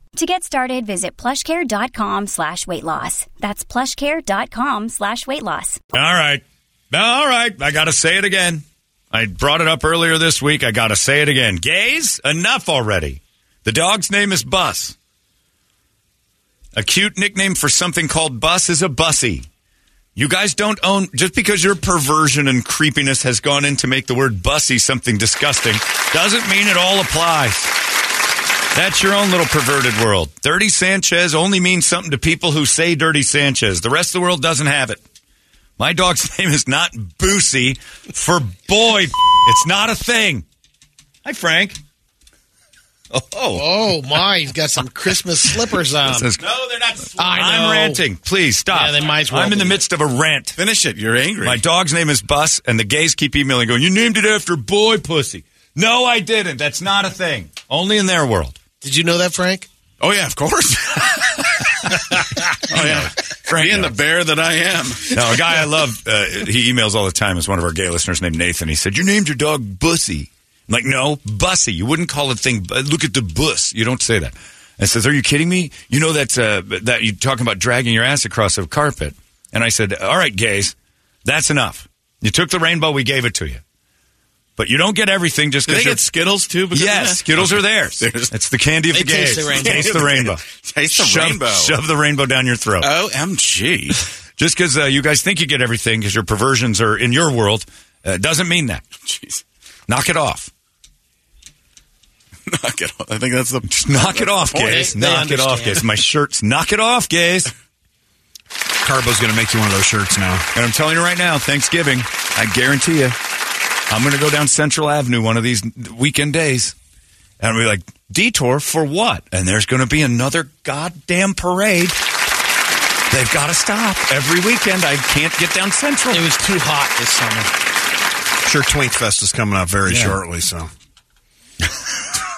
To get started, visit plushcare.com slash weight loss. That's plushcare.com slash weight loss. All right. All right. I got to say it again. I brought it up earlier this week. I got to say it again. Gays, enough already. The dog's name is Bus. A cute nickname for something called Bus is a bussy. You guys don't own, just because your perversion and creepiness has gone in to make the word bussy something disgusting, doesn't mean it all applies. That's your own little perverted world. Dirty Sanchez only means something to people who say Dirty Sanchez. The rest of the world doesn't have it. My dog's name is not Boosie for boy. it's not a thing. Hi, Frank. Oh, oh. Oh my, he's got some Christmas slippers on. This is- No, they're not. Slow. I know. I'm ranting. Please stop. Yeah, they might as well I'm in the be. midst of a rant. Finish it. You're angry. My dog's name is Bus, and the gays keep emailing, going, "You named it after boy pussy." No, I didn't. That's not a thing. Only in their world. Did you know that, Frank? oh yeah, of course. Oh yeah, Frank. Being knows. the bear that I am. Now, a guy I love, uh, he emails all the time, is one of our gay listeners named Nathan. He said, You named your dog Bussy. I'm like, no, Bussy. You wouldn't call a thing, bu- look at the bus. You don't say that. And says, Are you kidding me? You know that's, uh, that you're talking about dragging your ass across a carpet. And I said, All right, gays, that's enough. You took the rainbow, we gave it to you. But you don't get everything just Do they because get Skittles too? Because Yes, Skittles are theirs. There's- It's the candy of They the gays. taste the rainbow. Taste the rainbow. Taste the Shove- rainbow. Shove the rainbow down your throat. Omg. Just because uh, you guys think you get everything because your perversions are in your world uh, doesn't mean that. Jeez. Knock it off. Knock it off. I think that's the Just knock it off, point. gays. They- they knock it off, understand. gays. My shirt's knock it off, gays. Carbo's going to make you one of those shirts now. And I'm telling you right now, Thanksgiving, I guarantee you, I'm going to go down Central Avenue one of these weekend days, and I'll be like, detour for what? And there's going to be another goddamn parade. They've got to stop every weekend. I can't get down Central. It was too hot this summer. Sure, Twink Fest is coming up very Yeah. shortly, so.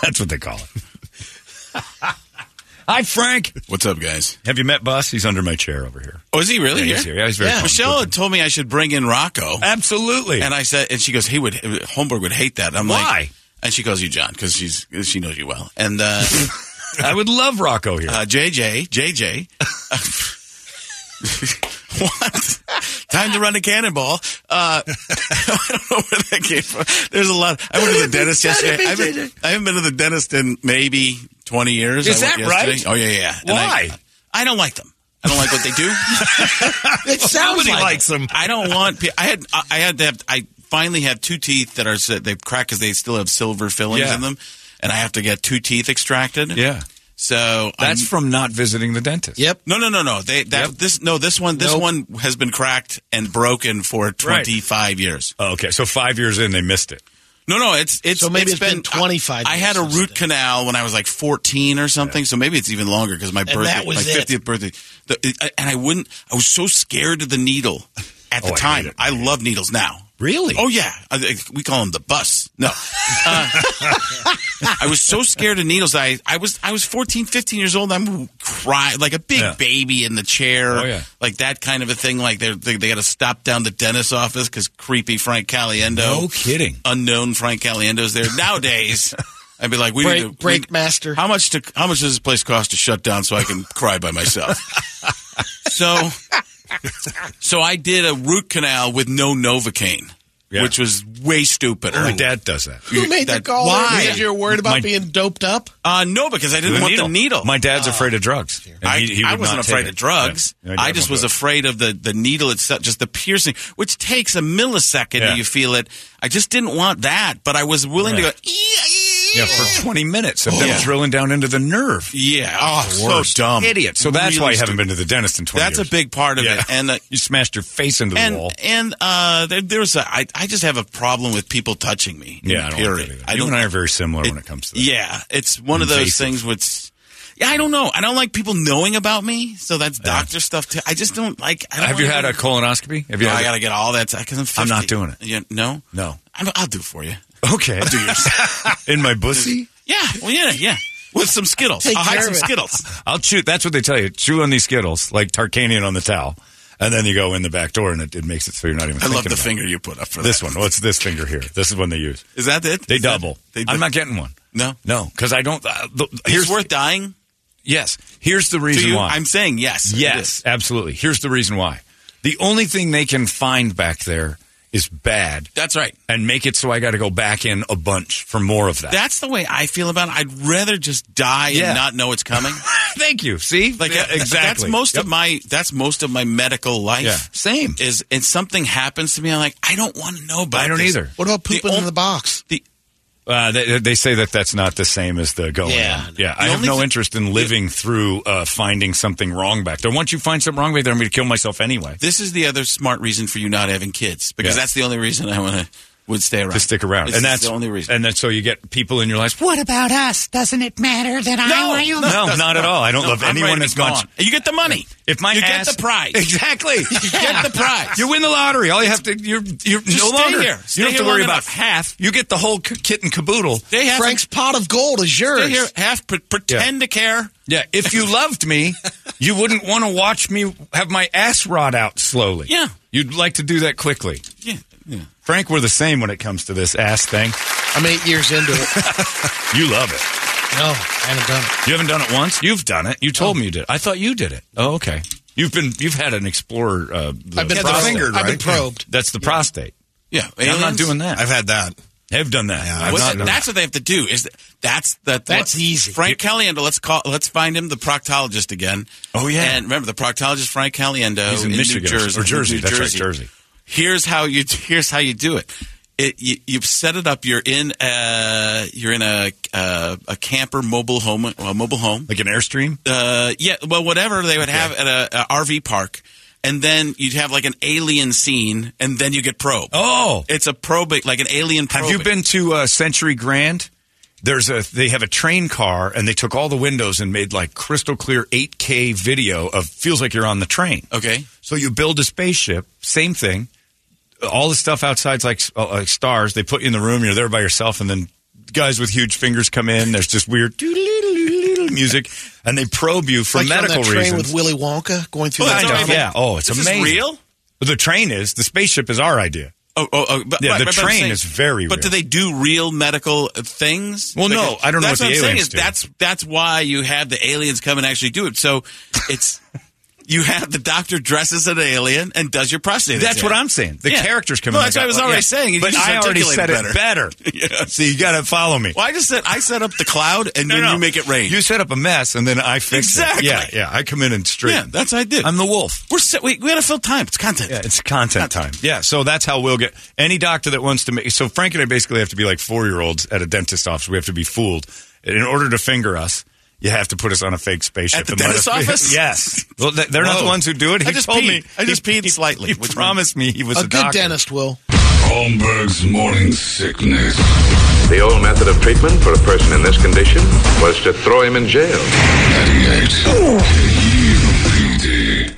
That's what they call it. Hi, Frank. What's up, guys? Have you met Bus? He's under my chair over here. Oh, is he really? Yeah, he's here. Yeah, he's very fun. Michelle had told me I should bring in Rocco, Absolutely. and I said, and she goes, "He would Holmberg would hate that." I'm Why? like, and she calls you John because she's she knows you well, and uh, I would love Rocco here. uh, JJ, JJ. what? Time to run a cannonball. Uh, I don't know where that came from. There's a lot. I went to the dentist yesterday. I haven't, I haven't been to the dentist in maybe 20 years. Is I went that right? yesterday. Oh, yeah, yeah, yeah. And I- Why? I, don't like them. I don't like what they do. It sounds like likes them. I don't want. pe- I had. I had to have. I finally have two teeth that are that they've cracked because they still have silver fillings Yeah. in them, and I have to get two teeth extracted. yeah. So That's I'm- from not visiting the dentist. Yep. no, no, no, no. They that Yep. this no this one this Nope. one has been cracked and broken for twenty five years. Oh, okay. So five years in, they missed it. No, no. It's it's So maybe it's been 25 I, I years had a since root then. canal when I was like fourteen or something. So maybe it's even longer because my birthday, that was my it. fiftieth birthday, the, it- I- and I wouldn't. I was so scared of the needle at the Oh, I hate time. it. I, love needles now. Really? Oh yeah, I, I- we call them the bus. No, uh, I was so scared of needles. that I I was I was 14, 15 years old. I'm crying like a big Yeah. baby in the chair. Oh, yeah. like that kind of a thing. Like they're, they they got to stop down the dentist's office because creepy Frank Caliendo, No kidding. unknown Frank Caliendo's there nowadays. I'd be like, we Break- need to, break we- master. How much to how much does this place cost to shut down so I can cry by myself? so, so I did a root canal with no Novocaine. Yeah. which was way stupider. Uh, My dad does that. Who made the That- call? why? If you're worried about My- being doped up, Uh, no, because I didn't want the needle. My dad's afraid of drugs. Ah. and I, he- he I would wasn't not take afraid it. of drugs. Yeah. My dad I just won't was do it. afraid of the, the needle itself, just the piercing, which takes a millisecond Yeah. and you feel it. I just didn't want that, but I was willing Right. to go, "Ee, ee, Yeah, Oh, for 20 minutes of them Yeah. drilling down into the nerve. yeah. So Oh, dumb. Idiot. So that's why you haven't been to the dentist in 20 That's years. a big part of it. And, uh, you smashed your face into the and wall. and uh, there, there's a I, I just have a problem with people touching me. yeah, I don't period. like that either. you and I are very similar when it comes to that. Yeah, it's one of those Invasive. things which. Yeah, I don't know. I don't like people knowing about me, so that's doctor stuff too. I just don't like. I don't Have you wanna had go- a colonoscopy? Have you No, had I a- gotta get all that because I'm. 50. I'm not doing it. Yeah, no, No. I'm, I'll do it for you. Okay. in my bussy? Yeah, well, yeah, yeah. With some Skittles, Take I'll hide care some of it. Skittles. I'll chew. That's what they tell you. Chew on these Skittles, like Tarkanian on the towel. And then you go in the back door and it, it makes it so you're not even I thinking love the about it. finger you put up for This that. one. What's this finger here? This is one they use. Is that it? They Is that- double. they- I'm not getting one. No, No, because I don't. Uh, the, Here's here's it's worth dying. Yes. Here's the To reason you, why. I'm saying yes. it Yes, is. absolutely. Here's the reason why. The only thing they can find back there is bad that's right. and make it so I got to go back in a bunch for more of that. That's the way I feel about it. I'd rather just die Yeah. and not know it's coming. Thank you. See? Like Yeah, that- That's most Yep. of my that's most of my medical life. Yeah. Same. Is and something happens to me, I'm like, I don't want to know about. I don't this. either. what about pooping The in on- the box? The, Uh, they, they say that that's not the same as the going. Yeah. in. yeah. I The have only no thi- interest in living through uh, finding something wrong back there. Once you find something wrong back there, I'm going to kill myself anyway. this is the other smart reason for you not having kids because Yeah. that's the only reason I want to would stay around To stick around, This and is that's the only reason. And then so you get people in your life. What about us? Doesn't it matter that I? no, No, not at all. I don't No, love I'm anyone ready as to go much. on. You get the money. If my you ass- get the prize. exactly, You get the prize. You win the lottery. All you have to you're you're no stay longer here. you Stay don't have to here worry long about enough. half. You get the whole k- kit and caboodle. They have Frank's pot of gold is to stay here, yours. half pre- pretend to care. Yeah, if you loved me, you wouldn't want to watch me have my ass rot out slowly. Yeah. you'd like to do that quickly. Yeah. yeah. Frank, we're the same when it comes to this ass thing. I'm eight years into it. You love it. no, I haven't done it. You haven't done it once. You've done it. You told Oh. me you did. it. I thought you did it. Oh, okay. You've been you've had an explorer. Uh, the I've been the prostate. probed. fingered, I've been right? probed. That's the prostate. Yeah, I'm not aliens? doing that. I've had that. I've done that. Yeah, I've I've What's not it- done that's what they have to do. Is that, that's the That's what- easy. Frank Caliendo. Let's call. Let's find him the proctologist again. Oh, yeah. And remember the proctologist Frank Caliendo He's in Michigan Oh, New or Jersey Jersey. New That's right, Jersey. Here's how you. Here's how you do it. It, you, you've set it up. You're in a you're in a uh, a camper mobile home a mobile home. Like an airstream. Uh, yeah, well, whatever they would have at a, a RV park, and then you'd have like an alien scene, and then you get probed. Oh, It's a probate, like an alien. Have Probate. you been to uh, Century Grand? There's a they have a train car and they took all the windows and made like crystal clear 8K video of feels like you're on the train. Okay. So you build a spaceship, same thing. All the stuff outside's like uh, like stars. They put you in the room, you're there by yourself, and then guys with huge fingers come in. There's just weird doodle-doodle-doodle music, and they probe you for like you're on medical that train reasons. with Willy Wonka going through Well, that. that's Kind of, all right, yeah. but Oh, it's this is amazing. real? The train is the spaceship is our idea. Oh, oh, oh but, Yeah, right, the but I'm train is very But real. do they do real medical uh, things? Well, no, I don't know that's what the I'm saying aliens is do. That's that's why you have the aliens come and actually do it. So it's you have the doctor dresses an alien and does your prostate. That's exam. what I'm saying. The Yeah. characters come Well, in. that's like what I was that. already Yeah. saying. You But just I already articulate said it it better. Yeah. So you got to follow me. Well, I just said I set up the cloud and then you make it rain. You set up a mess and then I fix Exactly. it. Yeah, yeah. I come in and straighten. yeah, that's what I did. I'm the wolf. We're set, we we gotta fill time. It's content. Yeah, it's content time. Yeah, so that's how we'll get any doctor that wants to make. So Frank and I basically have to be like four year olds at a dentist office. We have to be fooled. In order to finger us, you have to put us on a fake spaceship. At the and let dentist's us- office? yes. Well, th- they're not the ones who do it. He I just told me. peed. I just he, peed slightly, He which means- promised me he was a, a good doctor. dentist will. Holmberg's morning sickness. The old method of treatment for a person in this condition was to throw him in jail. 98 KUPD.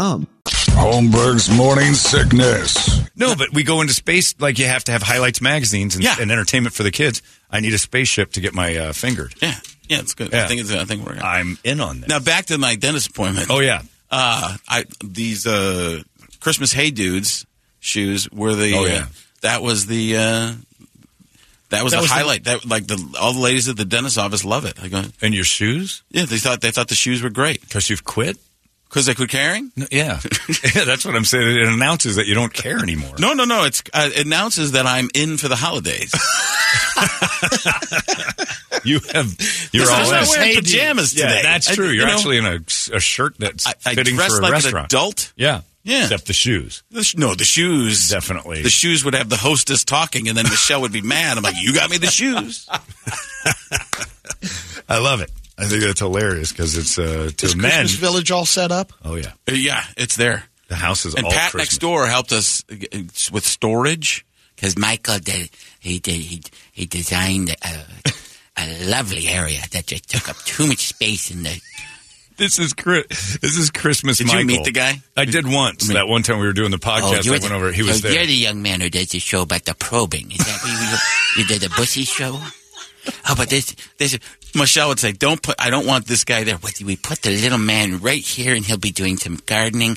Holmberg's morning sickness. No, but we go into space like you have to have highlights magazines and, and entertainment for the kids. I need a spaceship to get my uh, fingered. Yeah, yeah, it's good. Yeah. I think it's. I think we're. I'm in on this. Now back to my dentist appointment. Oh yeah, uh, I these uh, Christmas Hey Dudes shoes were the. Oh, uh, yeah. that was the. Uh, that was That was the the- highlight. that like the all the ladies at the dentist office love it. I go, And your shoes? Yeah, they thought they thought the shoes were great because you've quit. Because I quit caring. yeah. yeah, that's what I'm saying. It announces that you don't care anymore. No, no, no. It's uh, it announces that I'm in for the holidays. You have you're all That's why I'm in. wearing Hey, dude. pajamas Yeah, today. that's I- true. you You're know- actually in a, a shirt that's I fitting dress for a like an restaurant. adult. Yeah, Yeah. Except the shoes. The sh- no, the shoes definitely. The shoes would have the hostess talking, and then Michelle would be mad. I'm like, "You got me the shoes." I love it. I think that's hilarious because it's uh, to Is men. Christmas Village all set up? Oh yeah, Uh, yeah, it's there. The house is and all Pat Christmas. next door helped us uh, uh, with storage because Michael did he did he he designed a, a lovely area that just took up too much space in the. This is Chris. This is Christmas. Did you Michael. meet the guy? I did once. that one time we were doing the podcast, I you're went oh, Oh, the- over. He so was there. You're the young man who does the show about the probing. Is that what you, you did the bussy show? How about this? This Michelle would say, "Don't put. I don't want this guy there. What do we put the little man right here, and he'll be doing some gardening."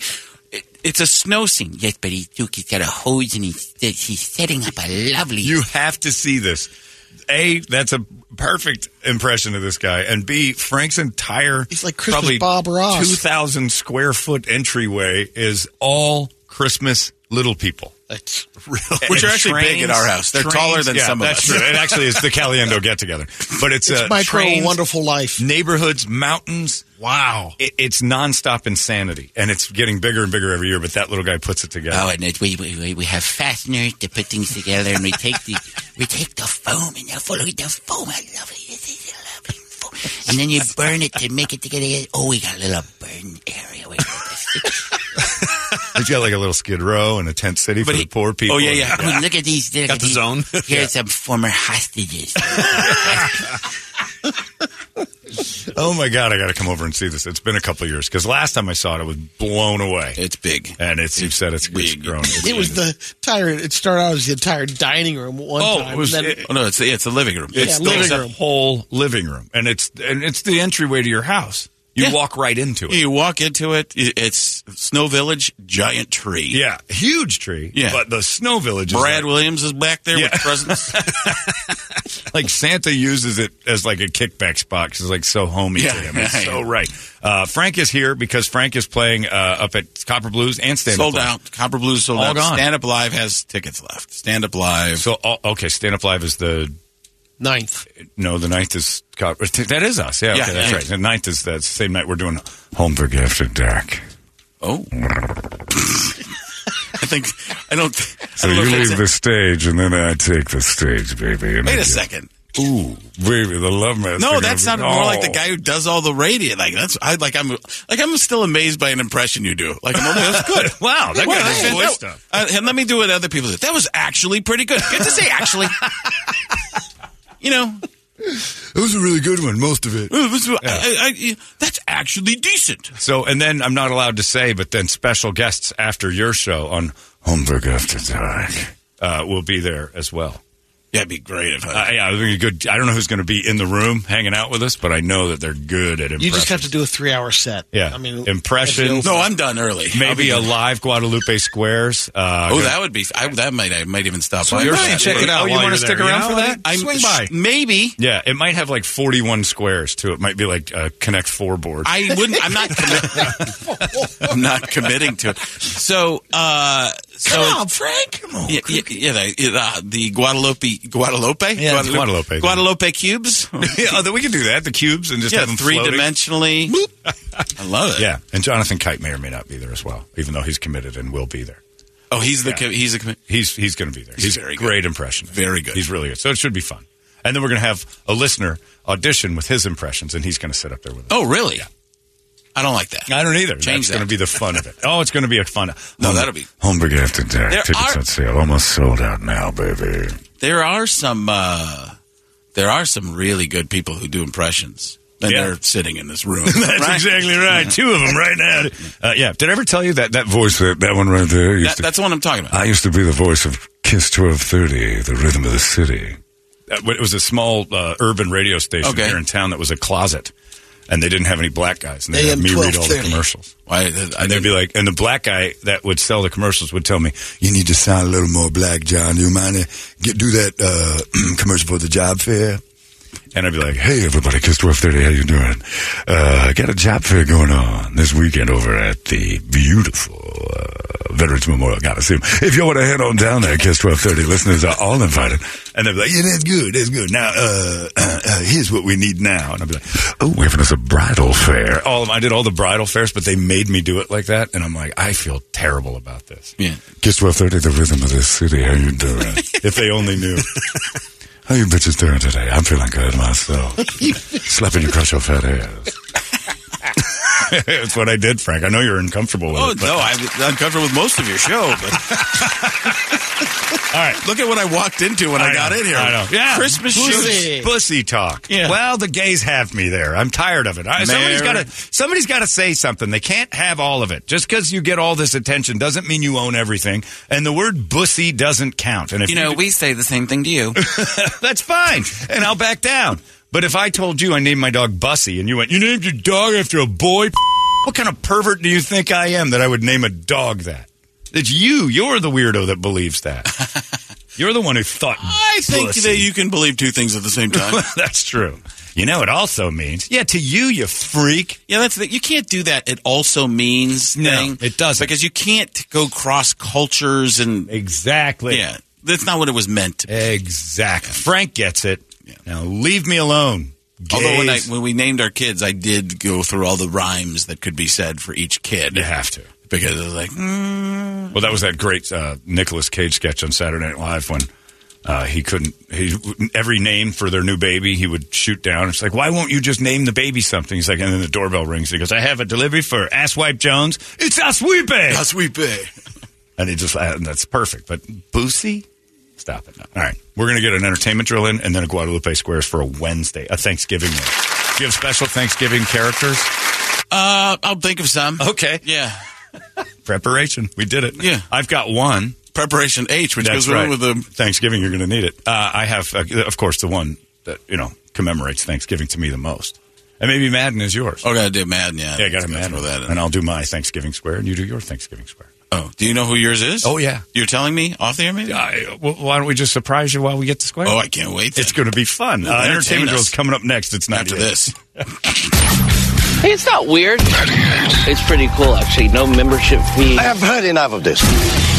It- It's a snow scene, yes, but he's he's got a hose and he's he's setting up a lovely. You have to see this. A, that's a perfect impression of this guy, and B, Frank's entire he's like Christmas Bob Ross. two thousand square foot entryway is all Christmas little people. That's really Which are actually big at our house. They're taller than yeah, some of that's us. True. It actually is the Caliendo get together, but it's, It's uh, micro trains, wonderful life. neighborhoods, mountains. Wow, it, it's nonstop insanity, and it's getting bigger and bigger every year. But that little guy puts it together. Oh, and it, we, we we- we have fasteners to put things together, and we take the we take the foam and now follow the foam. I love it. This is a lovely foam. And then you burn it to make it together. Oh, we got a little burn area. We He's got like a little Skid Row and a tent city for the poor people. Oh, look at these. Look Got at the these. zone. Here's some former hostages. Oh my god, I got to come over and see this. It's been a couple of years because last time I saw it, I was blown away. It's big, Oh, and it's, you said it's, it's grown. It's It was big. the entire. It started out as the entire dining room one Oh, time. it was- and then- it- oh no, it's the, it's the living room. It's Yeah, living the room. whole living room, and it's and it's the entryway to your house. You walk right into it. You walk into it. It's Snow Village, giant tree. Yeah, huge tree. Yeah. but the Snow Village. Is Brad like, Williams is back there Yeah. with presents. like Santa uses it as like a kickback spot because it's like so homey Yeah, to him. It's yeah, so yeah. right. Uh, Frank is here because Frank is playing uh, up at Copper Blues and Stand sold Up Live. out. Copper Blues sold All out. gone. Stand Up Live has tickets left. Stand Up Live. So oh, okay, Stand Up Live is the ninth. No, the ninth is co- that is us. Yeah, Yeah, okay, that's yeah. right. The ninth is that's the same night we're doing Home for Gift and Deck. Oh, I think I don't. So you leave the stage, and then I take the stage, baby. and I Wait a get- second. Ooh, baby, the love master. No, that sounded no. more like the guy who does all the radio. Like that's I like I'm like I'm still amazed by an impression you do. Like I'm like, that's good. Wow, that Wow, guy just that- voiced that- stuff. uh, and let me do what other people do. That was actually pretty good. Good to say actually. you know, It was a really good one, most of it. it was- I- I- I- that's actually decent. So, and then I'm not allowed to say, but then special guests after your show on Home for Gift and Deck uh, will be there as well. That'd be great if Uh, I. yeah, I think a good. I don't know who's going to be in the room hanging out with us, but I know that they're good at impressions. You just have to do a three-hour set. yeah, I mean impressions. no, I'm done early. I'll be maybe a done. live Guadalupe Squares. Uh, Oh, that would be. I, that might. I might even stop. by. you're for that. check it out Oh, you while want you're to stick there, you around know? for that? I'm- Swing by. Maybe. Yeah, it might have like 41 squares too. It might be like a Connect Four board. I wouldn't. I'm not. commi- I'm not committing to it. So, uh, so Come on, Frank. Come on. yeah, yeah, yeah, the, yeah, the Guadalupe, Guadalupe, Yeah, it's Guadalupe. Guadalupe, Guadalupe cubes. yeah, oh, then we can do that. The cubes and just yeah, have them three floating. dimensionally. I love it. Yeah, and Jonathan Kite may or may not be there as well, even though he's committed and will be there. Oh, he's the Yeah. co- he's a commi- He's he's going to be there. He's, very a good. great impression. Very good. He's really good. So it should be fun. And then we're going to have a listener audition with his impressions, and he's going to sit up there with us. Oh, really? I don't like that. I don't either. That's Change going that. to be the fun of it. Oh, it's going to be a fun. No, that'll be- Home for Gift and Deck. There Tickets are- on sale. Almost sold out now, baby. There are some. Uh, there are some really good people who do impressions. than are sitting in this room. That's exactly right. Two of them right now. Uh, yeah. Did I ever tell you that that voice that that one right there? Used That- that's the one I'm talking Uh, about. I used to be the voice of Kiss 1230, the rhythm of the city. uh, it was a small uh, urban radio station Okay. here in town that was a closet, and they didn't have any black guys, and they AM had me read all the 12:30. commercials. and they'd be like, and the black guy that would sell the commercials would tell me, "You need to sound a little more black, John. Do you mind if get do that uh, commercial for the job fair?" And I'd be like, Hey, everybody, Kiss 1230, how you doing? Uh, I got a job fair going on this weekend over at the beautiful uh, Veterans Memorial Coliseum. If you want to head on down there, Kiss 1230, listeners are all invited. And they'd be like, yeah, that's good, that's good. Now, uh, uh, uh, here's what we need now. And I'd be like, oh, we're having us a bridal fair. All of, I did all the bridal fairs, but they made me do it like that. And I'm like, I feel terrible about this. Yeah. Kiss 1230, the rhythm of the city, how you doing? if they only knew. How you bitches doing today? I'm feeling good myself. Slapping across your fat ass. That's what I did, Frank. I know you're uncomfortable with Oh it. but- no, I'm uncomfortable with most of your show. But All right. Look at what I walked into when I, got know, in here. I know. Yeah. Christmas pussy. shoes. pussy talk. Yeah. Well, the gays have me there. I'm tired of it. I, somebody's got Mayor. to somebody's got to say something. They can't have all of it. Just cuz you get all this attention doesn't mean you own everything. And the word bussy doesn't count. And if You know, we say the same thing to you. that's fine. And I'll back down. But if I told you I named my dog Bussy and you went, "You named your dog after a boy?" What kind of pervert do you think I am that I would name a dog that? It's you. You're the weirdo that believes that. You're the one who thought I think Bussy. that you can believe two things at the same time. That's true. You know, it also means, yeah, to you, you freak. Yeah, that's the, you can't do that. It also means No, thing. it doesn't. because you can't go cross cultures and Exactly. yeah, that's not what it was meant. to be. Exactly. Frank gets it. Now leave me alone. Although when, I, Gays. when we named our kids, I did go through all the rhymes that could be said for each kid. you have to. because it was like mm. Well, that was that great uh, Nicolas Cage sketch on Saturday Night Live when uh, he couldn't. He every name for their new baby he would shoot down. It's like, why won't you just name the baby something? He's like, and then the doorbell rings. He goes, I have a delivery for Asswipe Jones. It's Asswipe. that's we pay. And he just, uh, and that's perfect. But Boosie? Stop it. All right. We're going to get an entertainment drill in and then a Guadalupe Squares for a Wednesday, a Thanksgiving one. Do you have special Thanksgiving characters? Uh, I'll think of some. Okay. Yeah, Preparation. We did it. Yeah. I've got one. preparation H, which That's goes right. with the Thanksgiving, you're going to need it. Uh, I have, uh, of course, the one that, you know, commemorates Thanksgiving to me the most. And maybe Madden is yours. oh, gotta do Madden. Yeah, yeah, I got to Let's go Madden. throw that. in. And I'll do my Thanksgiving square and you do your Thanksgiving square. Oh, do you know who yours is? Oh, yeah. you're telling me off the air, maybe. I, well, why don't we just surprise you while we get the square? oh, I can't wait. It's then. going to be fun. Uh, Entertain entertainment us. drill is coming up next. It's not after this. Hey, it's not weird. It's pretty cool, actually. No membership fee. I have heard enough of this.